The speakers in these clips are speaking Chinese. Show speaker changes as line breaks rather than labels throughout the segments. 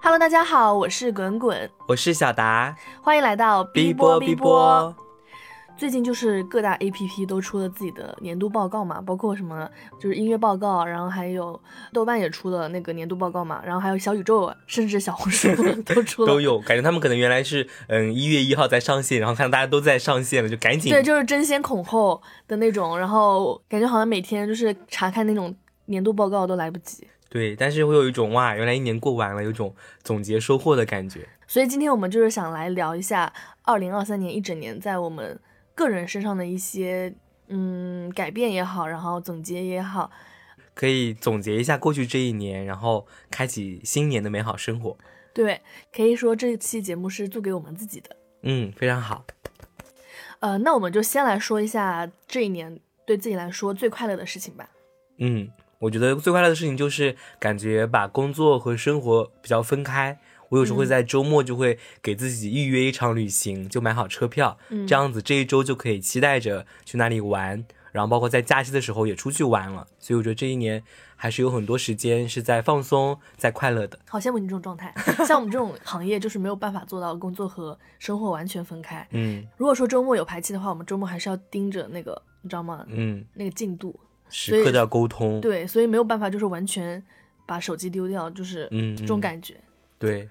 Hello，大家好，我是滚滚，
我是小达，
欢迎来到
逼波
逼
逼波。
最近就是各大 APP 都出了自己的年度报告嘛，包括什么就是音乐报告，然后还有豆瓣也出了那个年度报告嘛，然后还有小宇宙，甚至小红 书都出了，
都有感觉他们可能原来是嗯一月一号在上线，然后看大家都在上线了，就赶紧
对，就是争先恐后的那种，然后感觉好像每天就是查看那种年度报告都来不及。
对但是会有一种哇，原来一年过完了，有一种总结收获的感觉。
所以今天我们就是想来聊一下二零二三年一整年在我们个人身上的一些嗯改变也好，然后总结也好，
可以总结一下过去这一年，然后开启新年的美好生活。
对，可以说这期节目是做给我们自己的。
嗯，非常好。
呃，那我们就先来说一下这一年对自己来说最快乐的事情吧。
嗯，我觉得最快乐的事情就是感觉把工作和生活比较分开。我有时候会
嗯
在周末就会给自己预约一场旅行，就买好车票，
嗯
这样子这一周就可以期待着去哪里玩，然后包括在假期的时候也出去玩了。所以我觉得这一年还是有很多时间是在放松、在快乐的。
好羡慕你这种状态，像我们这种行业就是没有办法做到工作和生活完全分开。
嗯
如果说周末有排期的话，我们周末还是要盯着那个，你知道吗？
嗯，
那个进度。
时刻都要沟通。
对，所以没有办法，就是完全把手机丢掉，就是
嗯
这种
嗯
感觉。
对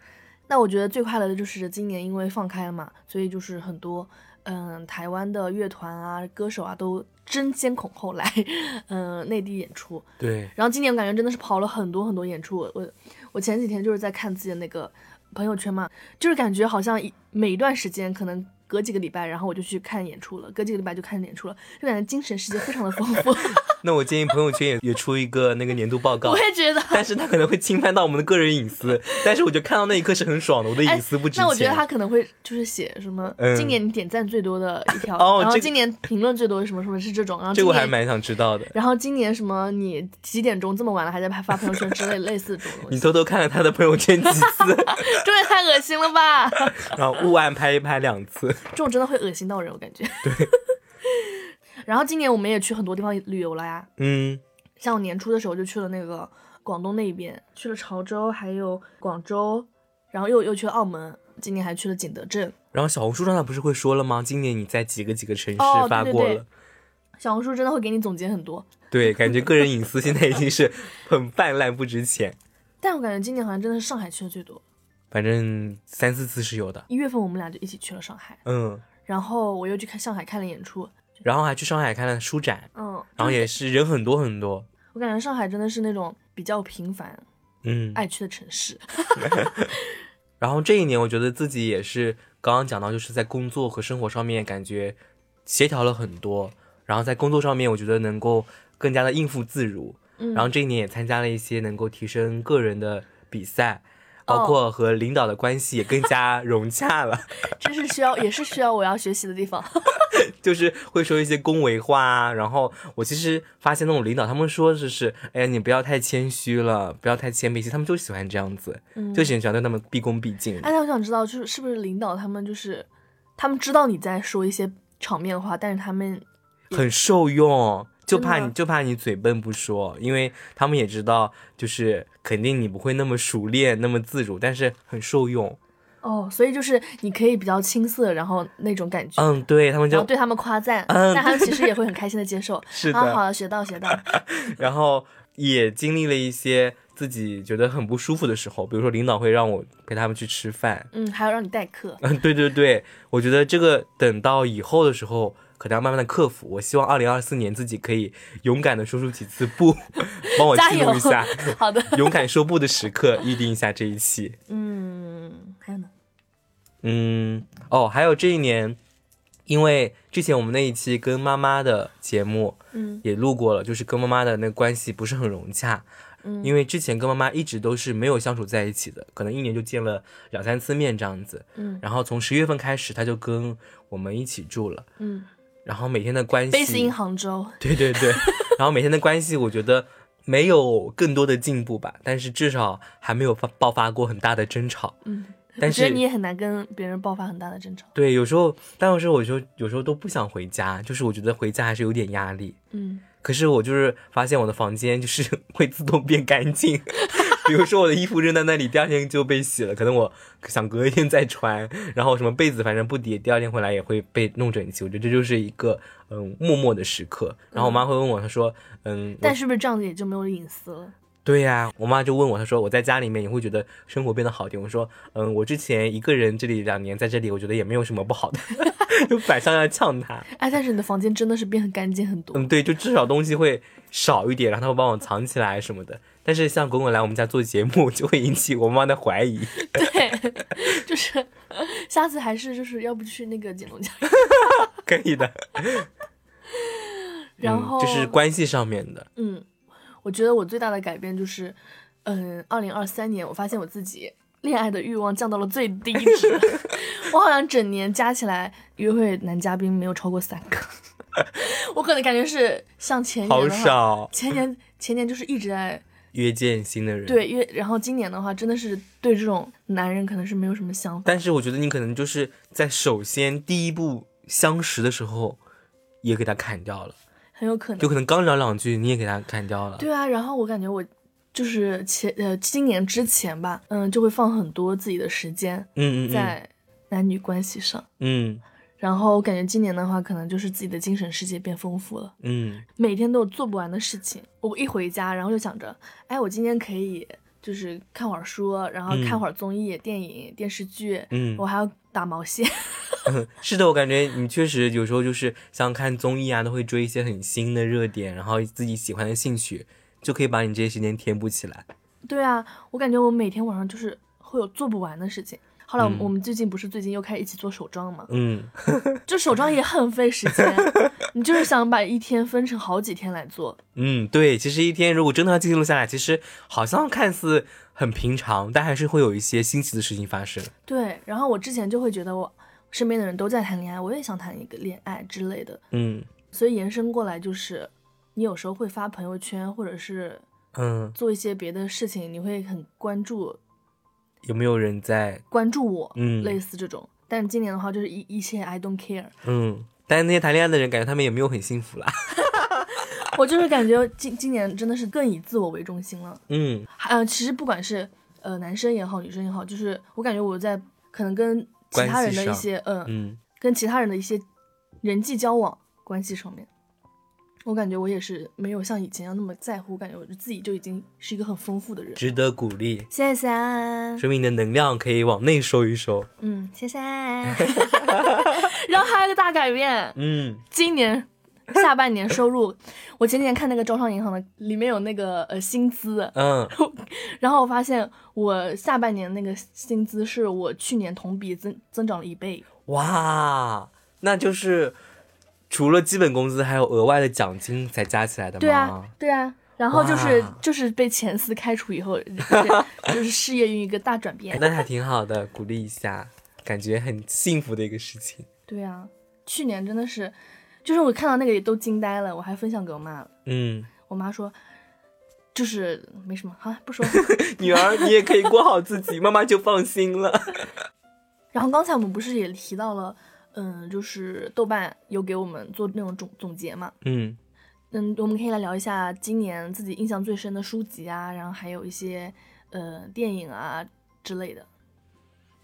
那我觉得最快乐的就是今年因为放开了嘛，所以就是很多嗯台湾的乐团啊、歌手啊都争先恐后来 嗯内地演出。
对，
然后今年我感觉真的是跑了很多很多演出。我我我前几天就是在看自己的那个朋友圈嘛，就是感觉好像一每一段时间可能。隔几个礼拜，然后我就去看演出了，隔几个礼拜就看演出了，就感觉精神世界非常的丰富。
那我建议朋友圈也也出一个那个年度报 告
我。也觉得，
但是他可能会侵犯到我们的个人 隐私，但是我觉得看到那一刻是很爽的，我的
哎
隐私不值钱。
那我觉得他可能会就是写什么，
嗯
今年你点赞最多的一条，
哦
然后
这个
今年评论最多的什么什么是这种，然后
这
今
个我
年，
还蛮想知道的。
然后今年什么你几点钟这么晚了还在发朋友圈之类类似这种东
你
西，
偷偷看了他的朋友圈 几次，
这也太恶心了吧！
然后误按拍一拍两次。
这种真的会恶心到人，我感觉。 对。然后今年我们也去很多地方旅游了呀，
嗯，
像我年初的时候就去了那个广东那边，去了潮州，还有广州，然后又又去了澳门，今年还去了景德镇。
然后小红书上他不是会说了吗？今年你在几个几个城市
哦对
发过
对
了，
小红书真的会给你总结很多，
对感觉个人隐私现在已经是很泛滥不值钱。
但我感觉今年好像真的是上海去的最多。
反正三四次是有的，
一月份我们俩就一起去了上海，
嗯，
然后我又去看上海看了演出。
然后还去上海看了书展，
嗯，
然后也是人很多很多，
我感觉上海真的是那种比较平凡
嗯，
爱去的城市。
然后这一年我觉得自己也是刚刚讲到，就是在工作和生活上面感觉协调了很多，然后在工作上面我觉得能够更加的应付自如，
嗯，
然后这一年也参加了一些能够提升个人的比赛，包括和领导的关系也更加融洽了，
真是需要，也是需要我要学习的地方。
就是会说一些恭维话啊。然后我其实发现那种领导，他们说就是，哎呀，你不要太谦虚了，不要太谦卑，其实他们就喜欢这样子，
嗯
就喜欢对他们毕恭毕敬。
哎，那我想知道，就是是不是领导他们就是，他们知道你在说一些场面话，但是他们
很受用，就怕
真
你
的
就怕你嘴笨不说，因为他们也知道，就是肯定你不会那么熟练、那么自如，但是很受用。
哦，所以就是你可以比较青涩，然后那种感觉，
嗯，对他们
然
就
后哦对他们夸赞，
嗯
但他们其实也 会很开心的接受。
是
啊，好
的，
了，学到学到。
然后也经历了一些自己觉得很不舒服的时候，比如说领导会让我陪他们去吃饭。
嗯，还要让你代 课。
嗯，对对对，我觉得这个等到以后的时候，可能要慢慢的克服。我希望二零二四年自己可以勇敢的说出几次不， 帮我
加
记
油
录一下
好的，
勇敢说不的时刻，预定一下这一期。
嗯，还有呢？
嗯，哦，还有这一年，因为之前我们那一期跟妈妈的节目
嗯
也录过了，就是跟妈妈的那个关系不是很融洽，
嗯，
因为之前跟妈妈一直都是没有相处在一起的，可能一年就见了两三次面这样子。
嗯
然后从十月份开始，她就跟我们一起住了，
嗯
然后每天的关
，base
系
in，杭州。
对对对，然后每天的关系，我觉得。没有更多的进步吧，但是至少还没有发爆发过很大的争吵。
嗯，我
但
觉得
是
你也很难跟别人爆发很大的争吵。
对，有时候，但有时候我就有时候都不想回家，就是我觉得回家还是有点压力。
嗯，
可是我就是发现我的房间就是会自动变干净， 比如说我的衣服扔在那里，第二天就被洗了，可能我想隔一天再穿，然后什么被子反正不叠，第二天回来也会被弄整齐。我觉得这就是一个嗯默默的时刻。然后我妈会问我，她说嗯，我
但是不是这样子也就没有隐私了？
对呀、我妈就问我，她说我在家里面也会觉得生活变得好一点。我说，嗯，我之前一个人这里两年在这里，我觉得也没有什么不好的， 就反向要呛她。
哎，但是你的房间真的是变得干净很多。
嗯，对，就至少东西会少一点，然后她会帮我藏起来什么的。但是像滚滚来我们家做节目，就会引起我妈的怀疑。
对，就是下次还是就是要不去那个简龙家，
可以的，
然后、
嗯、就是关系上面的，
嗯，我觉得我最大的改变就是，嗯，二零二三年我发现我自己恋爱的欲望降到了最低 值，我好像整年加起来约会男嘉宾没有超过三 个，我可能感觉是像前年
好
的话，
少
前年前年就是一直在
约见新的人。。
对约，然后今年的话真的是对这种男人可能是没有什么想法，
但是我觉得你可能就是在首先第一步相识的时候，也给他砍掉了，
很有可能
就可能刚聊两句你也给他砍掉了。
对啊，然后我感觉我就是前呃今年之前吧，嗯，就会放很多自己的时间
嗯嗯嗯
在男女关系上。
嗯
然后我感觉今年的话，可能就是自己的精神世界变丰富了，
嗯，
每天都有做不完的事情。我一回家，然后就想着，哎，我今天可以就是看会儿书，然后看会儿综艺、电影、电视剧，
嗯
我还要打毛线。
是的，我感觉你确实有时候就是像看综艺啊，都会追一些很新的热点，然后自己喜欢的兴趣，就可以把你这些时间填补起来。
对啊，我感觉我每天晚上就是会有做不完的事情。后来我们
嗯
我们最近不是最近又开始一起做手账嘛，
嗯，
就手账也很费时 间，你就是想把一天分成好几天来做。
嗯，对，其实一天如果真的要记录下来，其实好像看似很平常，但还是会有一些新奇的事情发生。
对，然后我之前就会觉得我身边的人都在谈恋爱，我也想谈一个恋爱之类的，
嗯
所以延伸过来就是，你有时候会发朋友圈，或者是
嗯，
做一些别的事情，你会很关注
有没有人在？
关注我，
嗯
类似这种。但是今年的话，就是一一些 I don't care，
嗯，但是那些谈恋爱的人，感觉他们也没有很幸福啦。
我就是感觉今今年真的是更以自我为中心了。
嗯
呃，其实不管是呃男生也好，女生也好，就是我感觉我在可能跟其
关
他
系
人的一
上
些嗯、
嗯，
跟其他人的一些人际交往关系上面，我感觉我也是没有像以前要那么在乎，我感觉我自己就已经是一个很丰富的人。
值得鼓励，
谢谢，
说明你的能量可以往内收一收。
嗯，谢 谢。然后还有一个大改变，
嗯，
今年下半年收入，我前几天看那个招商银行的，里面有那个呃薪资，
嗯，
然后我发现我下半年那个薪资是我去年同比增增长了一倍。
哇，那就是除了基本工资，还有额外的奖金才加起来的吗？
对啊，对啊。然后就是
哇
就是被前司开除以 后，就是就是事业运一个大转变。
哎那还挺好的，鼓励一下，感觉很幸福的一个事情。
对啊，去年真的是，就是我看到那个也都惊呆了，我还分享给我妈了。
嗯，
我妈说，就是没什么，好、不说了。
女儿，你也可以过好自己，妈妈就放心了。
然后刚才我们不是也提到了，嗯，就是豆瓣有给我们做那种总总结嘛，
嗯
嗯，我们可以来聊一下今年自己印象最深的书籍啊，然后还有一些呃电影啊之类的，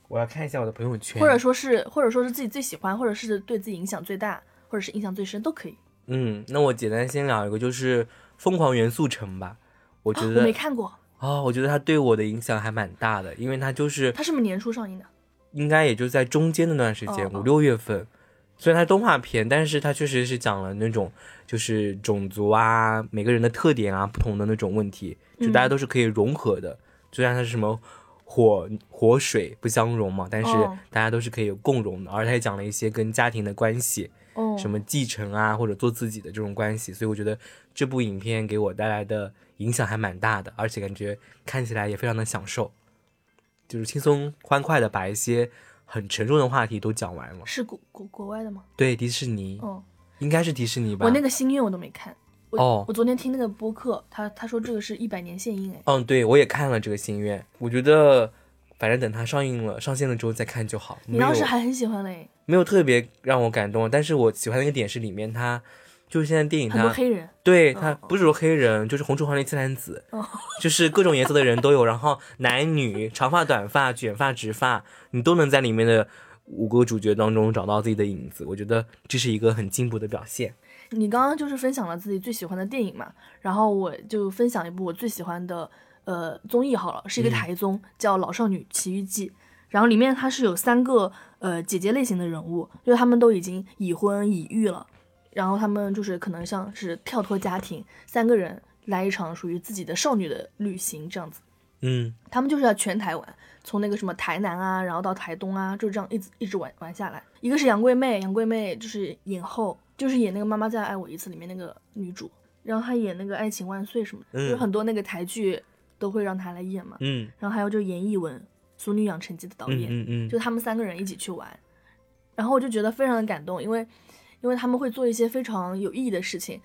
我要看一下我的朋友圈，
或者说是或者说是自己最喜欢，或者是对自己影响最大，或者是印象最深都可以。
嗯，那我简单先聊一个，就是《疯狂元素城》吧。我觉
啊
得
我没看过，
哦，我觉得它对我的影响还蛮大的，因为它就是
它是不是年初上映的？
应该也就在中间那段时
哦
间，
哦
五六月份。虽然它动画片，但是它确实是讲了那种就是种族啊、每个人的特点啊、不同的那种问题，就大家
嗯
都是可以融合的。虽然它是什么火火水不相容嘛，但是
哦
大家都是可以有共融的。而它也讲了一些跟家庭的关系，
哦，
什么继承啊，或者做自己的这种关系，所以我觉得这部影片给我带来的影响还蛮大的，而且感觉看起来也非常的享受，就是轻松欢快的把一些很沉重的话题都讲完了。
是国国国外的吗？
对，迪士尼、
哦，
应该是迪士尼嗯吧？
我那个心愿我都没看。我
哦
我昨天听那个播客，他他说这个是一百年限映哎。
嗯，对我也看了这个《心愿》，我觉得反正等它上映了、上线了之后再看就好。
你
没
当时
有
还很喜欢嘞，
没有特别让我感动，但是我喜欢的一个点是里面它就是现在电影
很多
它，
黑人，
对它
嗯
不是说黑人，就是红橙黄绿青蓝紫
哦，
就是各种颜色的人都有，然后男女、长发、短发、卷发、直发，你都能在里面的五个主角当中找到自己的影子。我觉得这是一个很进步的表现。
你刚刚就是分享了自己最喜欢的电影嘛，然后我就分享一部我最喜欢的呃综艺好了，是一个
嗯
台综，叫《老少女奇遇记》，然后里面它是有三个呃姐姐类型的人物，就是她们都已经已婚已育了，然后她们就是可能像是跳脱家庭，三个人来一场属于自己的少女的旅行这样子，
嗯
他们就是要全台玩，从那个什么台南啊，然后到台东啊，就这样一直一直玩玩下来。一个是杨贵妹，杨贵妹就是影后，就是演那个《妈妈再爱我一次》里面那个女主，然后她演那个《爱情万岁》什么的，就是
嗯
很多那个台剧都会让她来演嘛。
嗯
然后还有就是严艺文，《俗女养成记》的导
嗯
演，
嗯嗯，
就他们三个人一起去玩，然后我就觉得非常的感动，因为因为他们会做一些非常有意义的事情。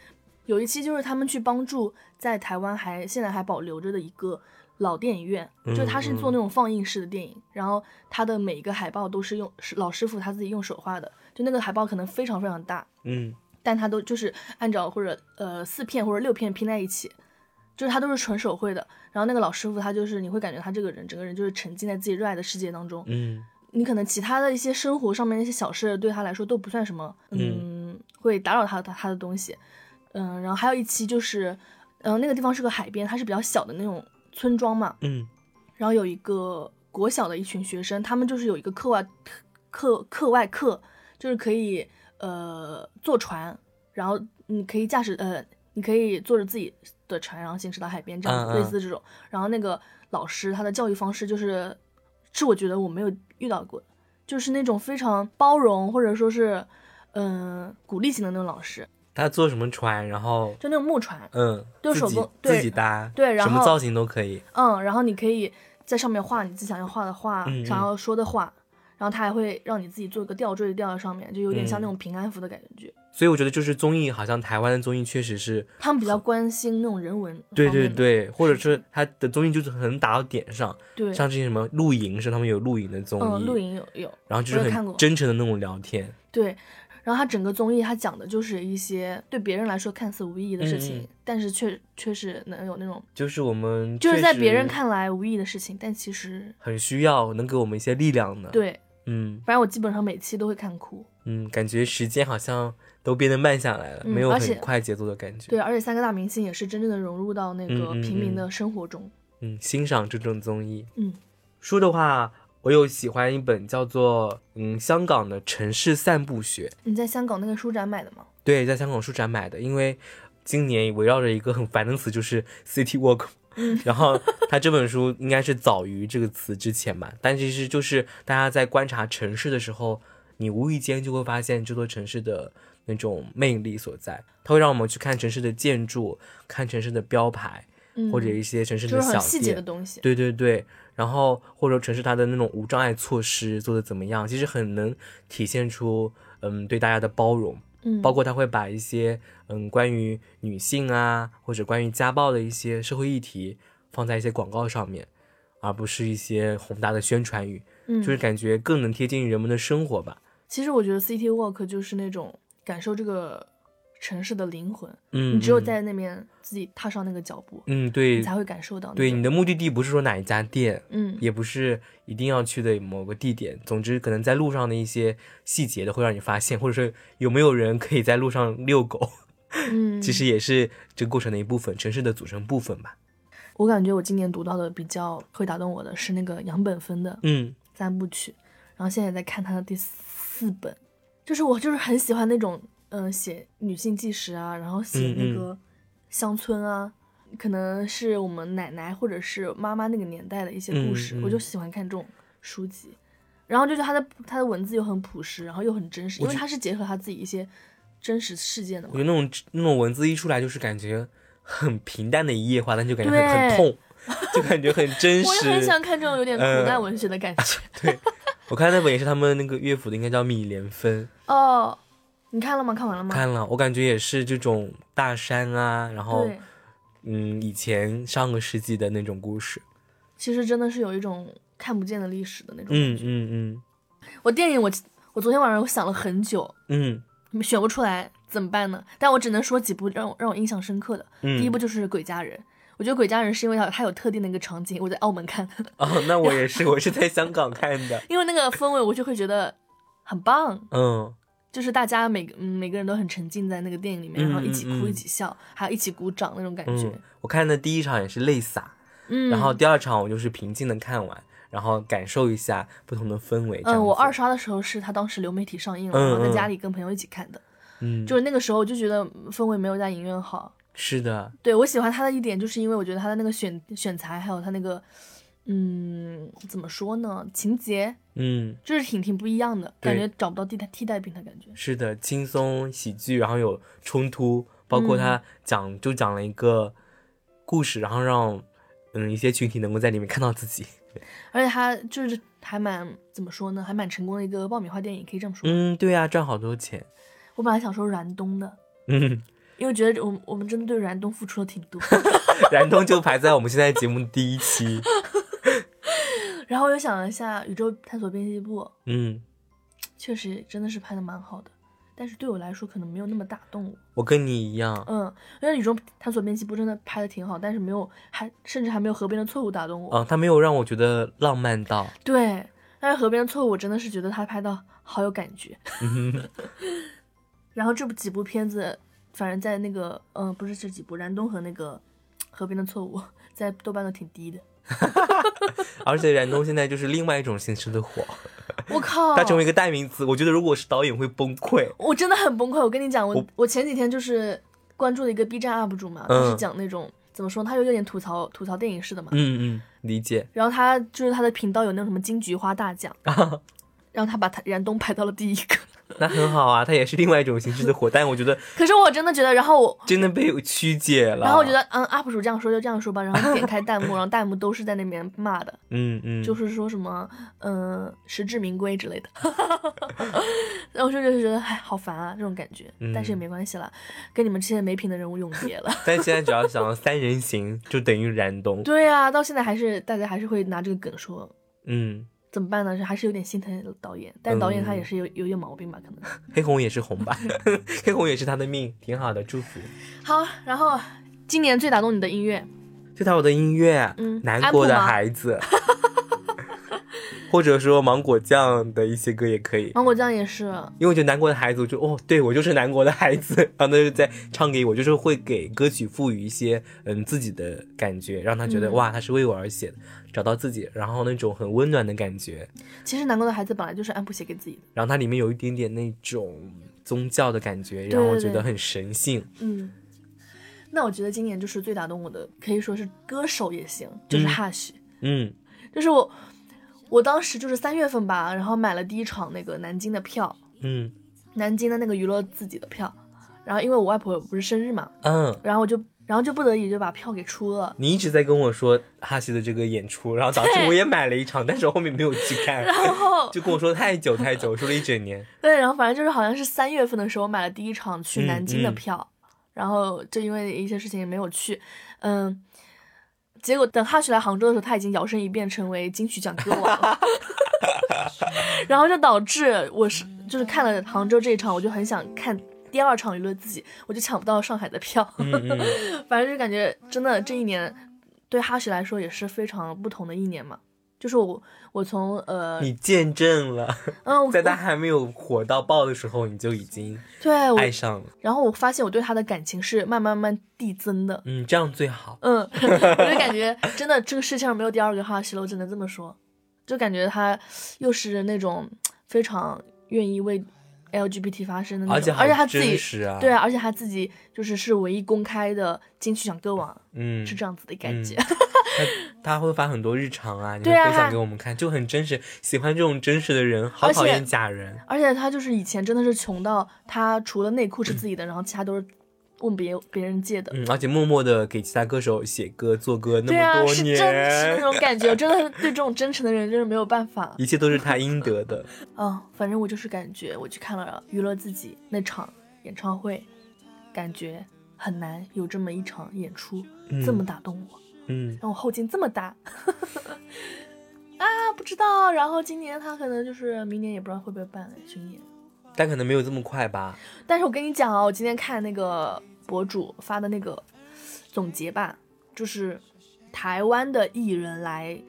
有一期就是他们去帮助在台湾还现在还保留着的一个老电影院，就是他是做那种放映式的电影，然后他的每一个海报都是用是老师傅他自己用手画的，就那个海报可能非常非常大，
嗯
但它都就是按照或者呃四片或者六片拼在一起，就是它都是纯手绘的。然后那个老师傅他就是你会感觉他这个人整个人就是沉浸在自己热爱的世界当中，
嗯
你可能其他的一些生活上面那些小事对他来说都不算什么，嗯，会打扰他的他的东西，嗯，然后还有一期就是，嗯、那个地方是个海边，它是比较小的那种村庄嘛，
嗯
然后有一个国小的一群学生，他们就是有一个课外课课外课，就是可以呃坐船，然后你可以驾驶呃，你可以坐着自己的船，然后行驶到海边这样
嗯
子，
嗯
类似这种。然后那个老师他的教育方式就是，是我觉得我没有遇到过的，就是那种非常包容或者说是嗯、呃鼓励型的那种老师，
他坐什么船，然后
就那种木船，
嗯，
就
自
手
己
工对
自己搭，
对然
什么
后
造型都可以。
嗯，然后你可以在上面画你自己想要画的画，
嗯
想
嗯
要说的话，然后它还会让你自己做一个吊坠吊在上面，就有
嗯
点像那种平安符的感觉。
所以我觉得就是综艺，好像台湾的综艺确实是，
他们比较关心那种人文方
对
面的，
对对，或者
是
是他的综艺就是很打到点上，
对，
像这些什么露营是他们有露营的综
嗯，
艺，
露营有有
然后就是
我有看过
很真诚的那种聊天，
对。然后它整个综艺，它讲的就是一些对别人来说看似无意义的事情，
嗯嗯
但是却却是能有那种，
就是我们
就是在
确实嗯
别人看来无意义的事情，但其实
很需要能给我们一些力量的。，
对，
嗯
反正我基本上每期都会看哭。
嗯，感觉时间好像都变得慢下来了，
嗯
没有
而且
很快节奏的感觉。
对，啊而且三个大明星也是真正的融入到那个
嗯嗯
平民
嗯
的生活中。
嗯，欣赏这种综艺。
嗯，
书的话，我有喜欢一本叫做嗯香港的城市散步学，
你在香港那个书展买的吗？
对，在香港书展买的，因为今年围绕着一个很烦的词就是 city walk。
嗯
然后他这本书应该是早于这个词之前吧，但其实就是大家在观察城市的时候，你无意间就会发现这座城市的那种魅力所在。它会让我们去看城市的建筑，看城市的标牌，
嗯，
或者一些城市
就
的
是很
小
细
店，
节的东西。
对对对，然后或者城市它的那种无障碍措施做的怎么样，其实很能体现出嗯对大家的包容。
嗯，
包括他会把一些嗯关于女性啊，或者关于家暴的一些社会议题放在一些广告上面，而不是一些宏大的宣传语，
嗯，
就是感觉更能贴近人们的生活吧。
其实我觉得 City Walk 就是那种感受这个城市的灵魂，
嗯，
你只有
嗯
在那边自己踏上那个脚步，
嗯
你
对
才会感受到那
对，
种
你的目的地不是说哪一家店，
嗯，
也不是一定要去的某个地点，总之可能在路上的一些细节都会让你发现，或者说有没有人可以在路上遛狗，
嗯，
其实也是这个过程的一部分，城市的组成部分吧。
我感觉我今年读到的比较会打动我的是那个杨本芬的
嗯
三部曲，然后现在也在看他的第四本，就是我就是很喜欢那种嗯、呃写女性纪实啊，然后写那
嗯嗯
个乡村啊，可能是我们奶奶或者是妈妈那个年代的一些故事，
嗯嗯
我就喜欢看这种书籍。然后就是他的他的文字又很朴实，然后又很真实，因
我
为
觉
他是结合他自己一些真实事件的
我
嘛
觉。得那种那种文字一出来，就是感觉很平淡的一页话，但就感觉很
对
很痛，就感觉很真
我也很
实。
想看这种有点古
呃
代文学的感觉。
我看那本也是他们那个乐府的，应该叫《米莲芬
哦，你看了吗？看完了》，吗？
看了我感觉也是这种大山啊，然后
对，
嗯，以前上个世纪的那种故事。
其实真的是有一种看不见的历史的那种
嗯嗯嗯
我电影我我昨天晚上我想了很久，
嗯，
选不出来怎么办呢？但我只能说几部让我让我印象深刻的。
嗯，
第一部就是《鬼家人》，我觉得《鬼家人》是因为它它有特定的一个场景，我在澳门看的，
哦，那我也是，我是在香港看的。
因为那个氛围我就会觉得很棒，
嗯，
就是大家每个、嗯、每个人都很沉浸在那个电影里面，
嗯
然后一起
嗯
哭、
嗯
一起笑，还有一起鼓掌那种感觉
嗯。我看的第一场也是泪洒，
嗯，
然后第二场我就是平静的看完，然后感受一下不同的氛围。这样
嗯，我
子
二，刷的时候是他当时流媒体上映了，
嗯
然后在
嗯
家里跟朋友一起看的，
嗯，
就是那个时候我就觉得氛围没有在影院好。
是的，
对我喜欢他的一点，就是因为我觉得他的那个选选材，还有他那个，嗯，怎么说呢，情节
嗯，
就是挺挺不一样的，
对
感觉找不到替代替代品的感觉。
是的，轻松喜剧，然后有冲突，包
嗯
括他讲、就讲了一个故事，然后让嗯一些群体能够在里面看到 自己。
而且他就是还蛮怎么说呢，还蛮成功的一个爆米花电影，可以这么说。
嗯，对啊，赚好多钱。
我本来想说燃冬的，
嗯，
因为觉得我们我们真的对燃冬付出了挺 多，
燃冬就排在我们现在节目的第一期。
然后又想了一下《宇宙探索编辑部》，
嗯，
确实真的是拍的蛮好的，但是对我来说可能没有那么打动我。
我跟你一样，
嗯，因为《宇宙探索编辑部》真的拍的挺好，但是没有还甚至还没有《河边的错误》打动我。
嗯，他没有让我觉得浪漫到。
对，但是《河边的错误》我真的是觉得他拍的好有感觉。
嗯哼，
然后这部几部片子，反正在那个嗯、不是这几部，《燃冬》和那个《河边的错误》在豆瓣都挺低的。
而且燃冬现在就是另外一种形式的火。
哦我靠！
它成为一个代名词。我觉得如果我是导演会崩溃。
我真的很崩溃。我跟你讲，我
我
我前几天就是关注了一个 B 站 UP 主嘛，
嗯
就是讲那种、怎么说，他有点吐槽吐槽电影式的嘛。
嗯嗯，理解。
然后他就是他的频道有那种什么金菊花大奖，然后他把他燃冬排到了第一个。
那很好啊，它也是另外一种形式的火，但我觉得
可是我真的觉得，然后我。
真的被曲解了。
然后我觉，得，嗯，UP 主这样说就这样说吧，然后点开弹幕，然后弹幕都是在那边骂的，
嗯嗯，
就是说什么，嗯、实至名归之类的。然后我就觉得，哎，好烦啊，这种感觉。但是也
嗯
没关系啦，跟你们这些没品的人物永别了。
但现在只要想到三人行，就等于燃冬。
对啊，到现在还是大家还是会拿这个梗说，
嗯，
怎么办呢？还是有点心疼导演，但导演他
嗯
也是有有点毛病吧，可能。
黑红也是红 吧，黑红也是他的命，挺好的，祝福。
好，然后今年最打动你的音乐，
最讨我的音乐，
嗯
难过的
安普吗
孩子， 或者说芒果酱的一些歌也可以。
芒果酱也是，
因为我觉得南国的孩子，我就哦，对我就是南国的孩子， 然后他就在唱给我，就是会给歌曲赋予一些嗯自己的感觉，让他觉得、
嗯
哇，他是为我而写的，找到自己，然后那种很温暖的感觉，
其实南国的孩子本来就是安普写给自己的，
然后它里面有一点点那种宗教的感觉，
对
让我觉得很神性。
嗯。那我觉得今年就是最打动我的，可以说是歌手也行，就是
嗯
哈许，
嗯
就是我，我当时就是三月份吧，然后买了第一场那个南京的票，
嗯
南京的那个娱乐自己的票，然后因为我外婆不是生日嘛，
嗯，
然后我就然后就不得已就把票给出了，
你一直在跟我说哈希的这个演出，然后导致
对
我也买了一场，但是我后面没有去 看，
然后
就跟我说太久太久，说了一整 年。
对，然后反正就是好像是三月份的时候买了第一场去
嗯
南京的
嗯
票，然后就因为一些事情也没有去，嗯。结果等哈许来杭州的时候，他已经摇身一变成为金曲奖歌王 了，然后就导致我是就是看了杭州这一场，我就很想看第二场娱乐自己，我就抢不到上海的票，
嗯嗯，
反正就感觉真的这一年对哈许来说也是非常不同的一年嘛。就是我我从呃
你见证了。
嗯我
在他还没有火到爆的时候，你就已经
对我
爱上了。
然后我发现我对他的感情是慢慢慢慢递增的。
嗯，这样最好。
嗯，我就感觉真的这个世界上没有第二个哈希了，我只能这么说。就感觉他又是那种非常愿意为 LGBT 发声的那
而且
种，
好
嗯而且他自
真
己
实啊，
对啊，而且他自己就是是唯一公开的金曲奖歌王，
嗯，
是这样子的感觉。
他会发很多日常啊，你会
对啊
分享给我们看，就很真实。喜欢这种真实的人，好
而且
讨厌假人。
而且他就是以前真的是穷到他除了内裤是自己的，然后其他都是问别别人借的。
嗯，而且默默的给其他歌手写歌、做歌那
对啊，
么多
是真实啊的那
年，
种感觉，我真的是对这种真诚的人真是没有办法。
一切都是他应得的。
嗯，反正我就是感觉，我去看了娱乐自己那场演唱会，感觉很难有这么一场演出、
嗯
这么打动我，
嗯，
让我后劲这么大。 啊，不知道。然后今年他可能就是明年也不知道会不会办巡演，
但可能没有这么快吧。
但是我跟你讲啊，我今天看那个博主发的那个总结吧，就是台湾的艺人来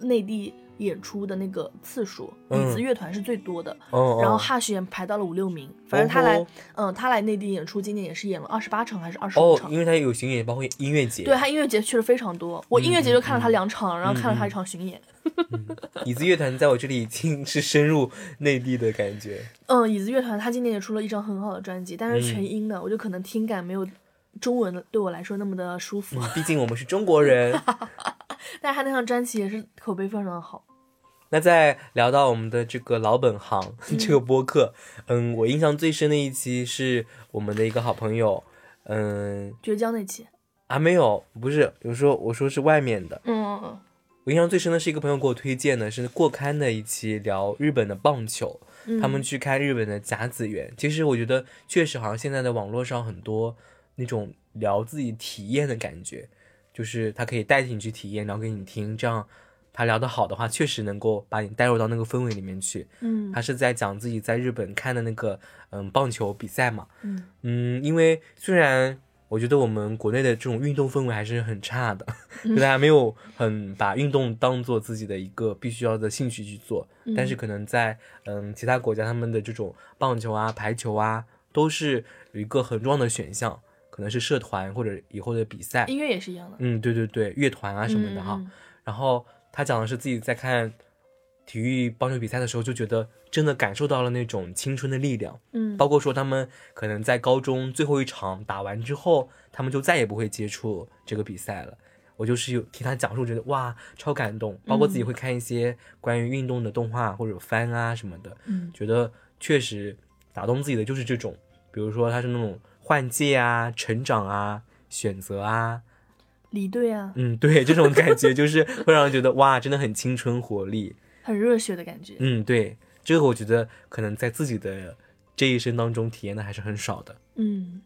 内地演出的那个次数，
嗯
李子乐团是最多的，
哦，
然后
哦
Hush 也排到了五六名。反正他来
哦，
嗯，他来内地演出，今年也是演了二十八场还是二十五
哦，
场？
因为他有巡演，包括音乐节。
对啊他音乐节去了非常多，我音乐节就看了他两场，然后看了他
嗯
一场巡演。
椅子乐团在我这里已经是深入内地的感觉。
嗯，椅子乐团他今年也出了一张很好的专辑，但是全英的，我就可能听感没有中文的对我来说那么的舒服。
嗯毕竟我们是中国人。
但是他那张专辑也是口碑非常的好。
那再聊到我们的这个老本行、 这个播客，嗯，我印象最深的一期是我们的一个好朋友，嗯
绝交那期，
啊没有，不是，我说我说是外面的，
嗯嗯
我印象最深的是一个朋友给我推荐的，是过刊的一期聊日本的棒球，
嗯，
他们去看日本的甲子园。其实我觉得确实好像现在的网络上很多那种聊自己体验的感觉，就是他可以代替你去体验，聊给你听，这样他聊得好的话，确实能够把你带入到那个氛围里面去。
嗯
他是在讲自己在日本看的那个嗯棒球比赛嘛，
嗯
嗯，因为虽然我觉得我们国内的这种运动氛围还是很差的，
嗯
就大家没有很把运动当做自己的一个必须要的兴趣去做，但是可能在嗯其他国家，他们的这种棒球啊、排球啊，都是有一个很重要的选项，可能是社团或者以后的比赛，
音乐也是一样的，
嗯，对对对，乐团啊什么的哈。
嗯嗯
然后他讲的是自己在看体育棒球比赛的时候，就觉得真的感受到了那种青春的力量。
嗯
包括说他们可能在高中最后一场打完之后，他们就再也不会接触这个比赛了。我就是有听他讲述，觉得哇，超感动。包括自己会看一些关于运动的动画或者番啊什么的，
嗯
觉得确实打动自己的就是这种，比如说他是那种换届啊、成长啊、选择啊，
离队啊，
嗯，对，这种感觉就是会让人觉得哇，真的很青春活力。
很热血的感觉。
嗯，对，这个我觉得可能在自己的这一生当中体验的还是很少的。
嗯，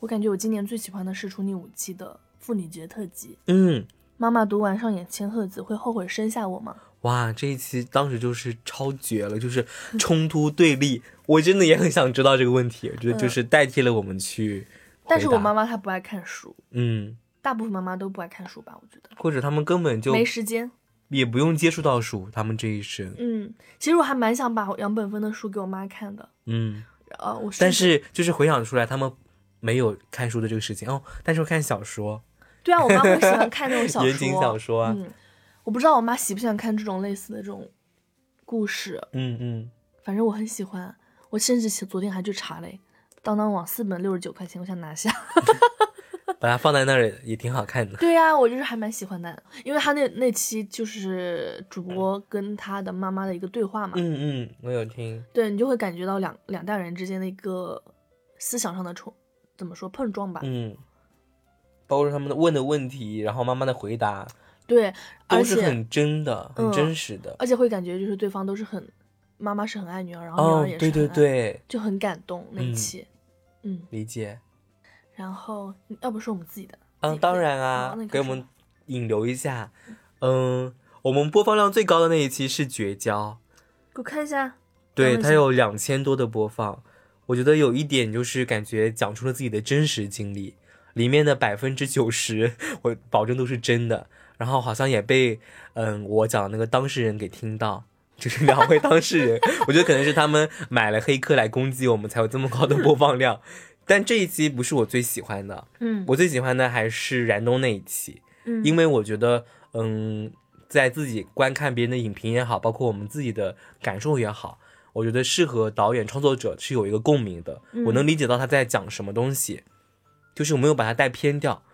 我感觉我今年最喜欢的是《处女五期》的妇女节特辑。
嗯，
妈妈读完上野千鹤子会后悔生下我吗？
哇，这一期当时就是超绝了，就是冲突对立，我真的也很想知道这个问题，我觉得就是代替了我们去回答。
嗯但是我妈妈她不爱看书，
嗯，
大部分妈妈都不爱看书吧，我觉得
或者他们根本就
没时间。
也不用接触到书，他们这一生，
嗯，其实我还蛮想把杨本芬的书给我妈看的，
嗯，
呃，我
但是就是回想出来，他们没有看书的这个事情哦，但是会看小说，
对啊，我妈会喜欢看那种小说，
言情小说啊，
嗯，我不知道我妈喜不喜欢看这种类似的这种故事，
嗯嗯，
反正我很喜欢。我甚至昨天还去查嘞，当当网四本六十九块钱，我想拿下。
把它放在那儿也挺好看的，
对呀、我就是还蛮喜欢的，因为他那那期就是主播跟他的妈妈的一个对话嘛，
嗯嗯，我有听，
对你就会感觉到两两代人之间的一个思想上的冲，怎么说碰撞吧？
嗯，包括他们的问的问题，然后妈妈的回答，
对，而
都是
且
很真的、
嗯
很真实的。
而且会感觉就是对方都是很，妈妈是很爱女儿，然后女
哦
儿也，是
对
很爱，
对对，
就很感动那一期，嗯
理解。
然后要不是我们自己的，自
嗯，
己
当
的
然
哦
啊
那，你快
给我
说
们引流一下。嗯，我们播放量最高的那一期是绝交，
给我看一下，
对，
嗯
它有两千多的播放。我觉得有一点就是感觉讲出了自己的真实经历，里面的百分之九十，我保证都是真的。然后好像也被嗯我讲的那个当事人给听到，就是两位当事人， 我觉得可能是他们买了黑客来攻击我们，才有这么高的播放量。 但这一期不是我最喜欢的，
嗯
我最喜欢的还是燃冬那一期，
嗯
因为我觉得，嗯，在自己观看别人的影评也好，包括我们自己的感受也好，我觉得是和导演创作者是有一个共鸣的，我能理解到他在讲什么东西，就是我没有把它带偏掉，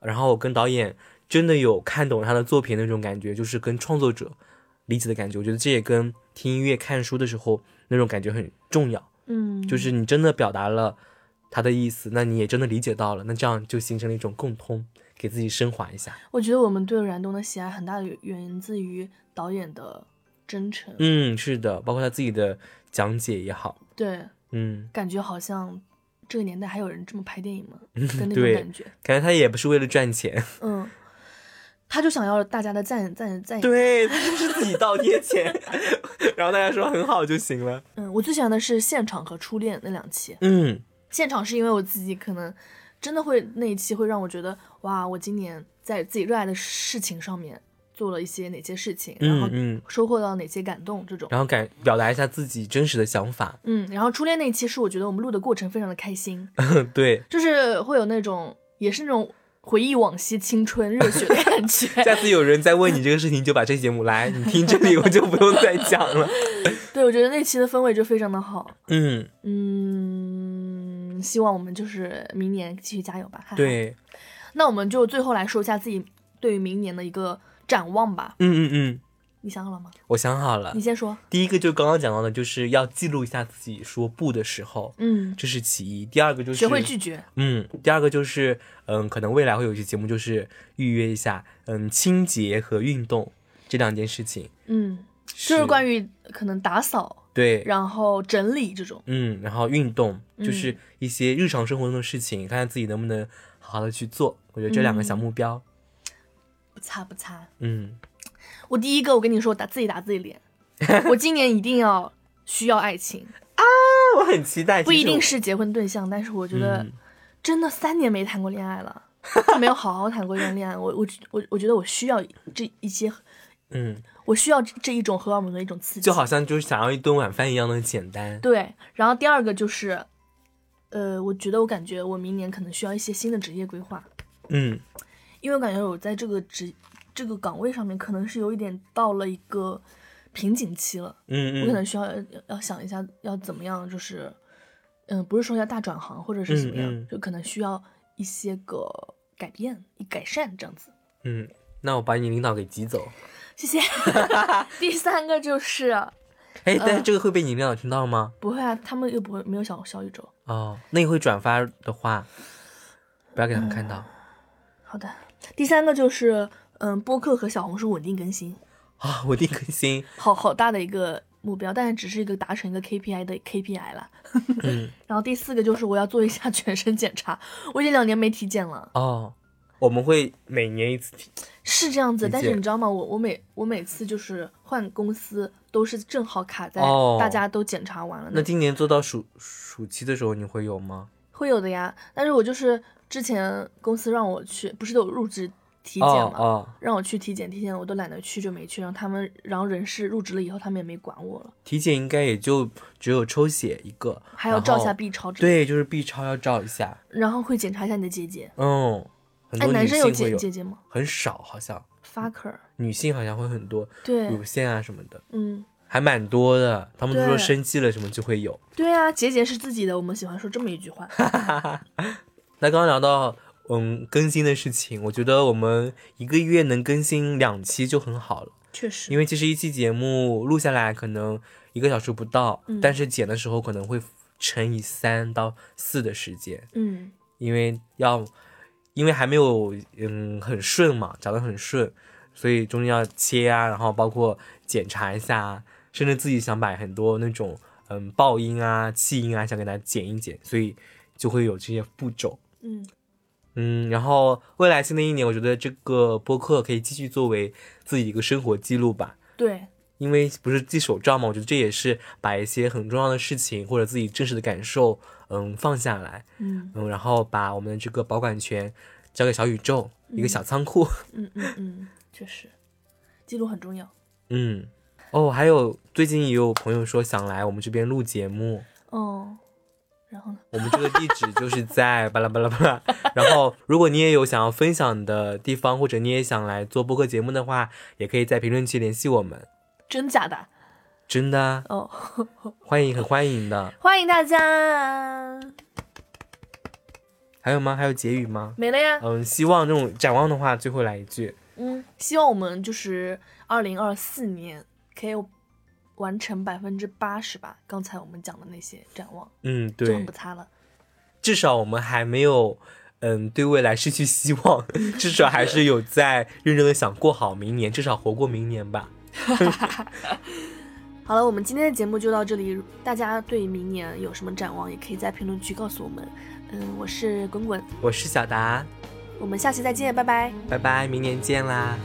然后我跟导演真的有看懂他的作品那种感觉，就是跟创作者理解的感觉，我觉得这也跟听音乐、看书的时候那种感觉很重要。
嗯，
就是你真的表达了他的意思，那你也真的理解到了，那这样就形成了一种共通，给自己升华一下。
我觉得我们对燃冬的喜爱很大的源自于导演的真诚，
嗯，是的，包括他自己的讲解也好，
对，
嗯，
感觉好像这个年 代还有人这么拍电影吗？的那种
对
感觉，
感觉他也不是为了赚钱，
嗯。他就想要大家的赞赞赞。
对，他就是自己倒贴 钱，然后大家说很好就行了。
嗯，我最喜欢的是现场和初恋那两期。
嗯，
现场是因为我自己可能真的会那一期会让我觉得，哇，我今年在自己热爱的事情上面做了一些哪些事情，然后
嗯嗯
收获到哪些感动这种。
然后感表达一下自己真实的想法。
嗯，然后初恋那一期是我觉得我们录的过程非常的开心，
对，
就是会有那种也是那种回忆往昔青春热血的感觉。
下次有人再问你这个事情，就把这节目来你听这里，我就不用再讲了。
对，我觉得那期的氛围就非常的好。
嗯，
嗯，希望我们就是明年继续加油吧。哈哈，
对，
那我们就最后来说一下自己对于明年的一个展望吧。
嗯嗯嗯，
你想好了吗？
我想好了
你，先说。
第一个就刚刚讲到的，就是要记录一下自己说不的时候，
嗯，
这是其一。第二个就是
学会拒绝。
嗯，第二个就是，嗯，可能未来会有一些节目，就是预约一下，嗯，清洁和运动这两件事情，
嗯，就是关于可能打扫，
对，
然后整理这种。
嗯，然后运动
嗯
就是一些日常生活中的事情，看看自己能不能好好的去做。我觉得这两个
嗯
小目标，
不擦不擦。
嗯，
我第一个，我跟你说，我打自己打自己脸。我今年一定要需要爱情，
那我很期待，
不
其
一
实
定
我，
是结婚对象，但是我觉得
嗯
真的三年没谈过恋爱了，没有好好谈过一段恋爱。我我我我觉得我需要这一些，
嗯，
我需要这一种荷尔蒙的一种刺激。
就好像就是想要一顿晚饭一样的简单，
对，然后第二个就是，呃，我觉得我感觉我明年可能需要一些新的职业规划，
嗯
因为我感觉我在这个职这个岗位上面可能是有一点到了一个瓶颈期了，
嗯
我可
嗯
能需要要要想一下要怎么样，就是，嗯、不是说要大转行或者是怎么样，
嗯嗯
就可能需要一些个改变、一改善这样子。
嗯，那我把你领导给挤走，
谢 谢。第三个就是呃
哎，但是这个会被你领导听到吗？
不会啊，他们又不会没有小小宇宙。
哦，那你会转发的话，不要给他们看到。
好的，第三个就是嗯，播客和小红书稳定更新，
啊，我一定更新。
好好大的一个目标，但是只是一个达成一个 KPI 的 KPI 啦。
嗯，
然后第四个就是我要做一下全身检查，我已经两年没体检了，
哦，我们会每年一次体，
是这样子。
理解
但是你知道吗？我我每我每次就是换公司都是正好卡在
哦
大家都检查完了，
那今年做到暑暑期的时候，你会有吗？
会有的呀。但是我就是之前公司让我去，不是都有入职体检
哦
吗？
哦，
让我去体检，体检我都懒得去，就没去。然后他们，然后人事入职了以后，他们也没管我了，
体检应该也就只有抽血一个，
还要
然
照
后
一下 B 超之类
对，就是 B 超要照一下。
的，然后会检查一下你的结节。
嗯，很
哎，
多
男
女
生
性
有
会嗯
结结节吗
很少好像，
？fucker，
女性好像会很多
对
乳，腺啊什么的，
嗯，
还蛮多的。他们都说
对
生气了什么就会有。
对啊，结节是自己的，我们喜欢说这么一句话。
那刚刚聊到嗯更新的事情，我觉得我们一个月能更新两期就很好了。
确实，
因为其实一期节目录下来可能一个小时不到，
嗯
但是剪的时候可能会乘以三到四的时间，
嗯，
因为要因为还没有嗯很顺嘛，讲的很顺，所以中间要切啊，然后包括检查一下啊，甚至自己想把很多那种嗯爆音啊、气音啊，想给它剪一剪，所以就会有这些步骤。
嗯，
嗯，然后未来新的一年，我觉得这个播客可以继续作为自己一个生活记录吧。
对，
因为不是记手账嘛，我觉得这也是把一些很重要的事情或者自己真实的感受，嗯，放下来，
嗯
嗯，然后把我们的这个保管权交给小宇宙，一个小仓库，
嗯嗯嗯，确实，记录很重要。
嗯，哦，还有最近也有朋友说想来我们这边录节目，
哦，然后呢？
我们这个地址就是 在巴拉巴拉巴拉，然后如果你也有想要分享的地方，或者你也想来做播客节目的话，也可以在评论区联系我们，
真假的？
真的啊
哦，
欢迎，很欢迎的。
欢迎大家，
还有吗？还有结语吗？
没了 呀。
嗯，希望这种展望的话，最后来一句，
嗯，希望我们就是二零二四年可以完成百分之八十吧。刚才我们讲的那些展望
嗯，
就很
对
不，擦了。
至少我们还没有，嗯，对未来失去希望， 至少还是有在认真的想过好明年，至少活过明年吧。
好了，我们今天的节目就到这里。大家对明年有什么展望，也可以在评论区告诉我们。嗯，我是滚滚，
我是小达，
我们下期再见，拜拜。
拜拜，明年见啦。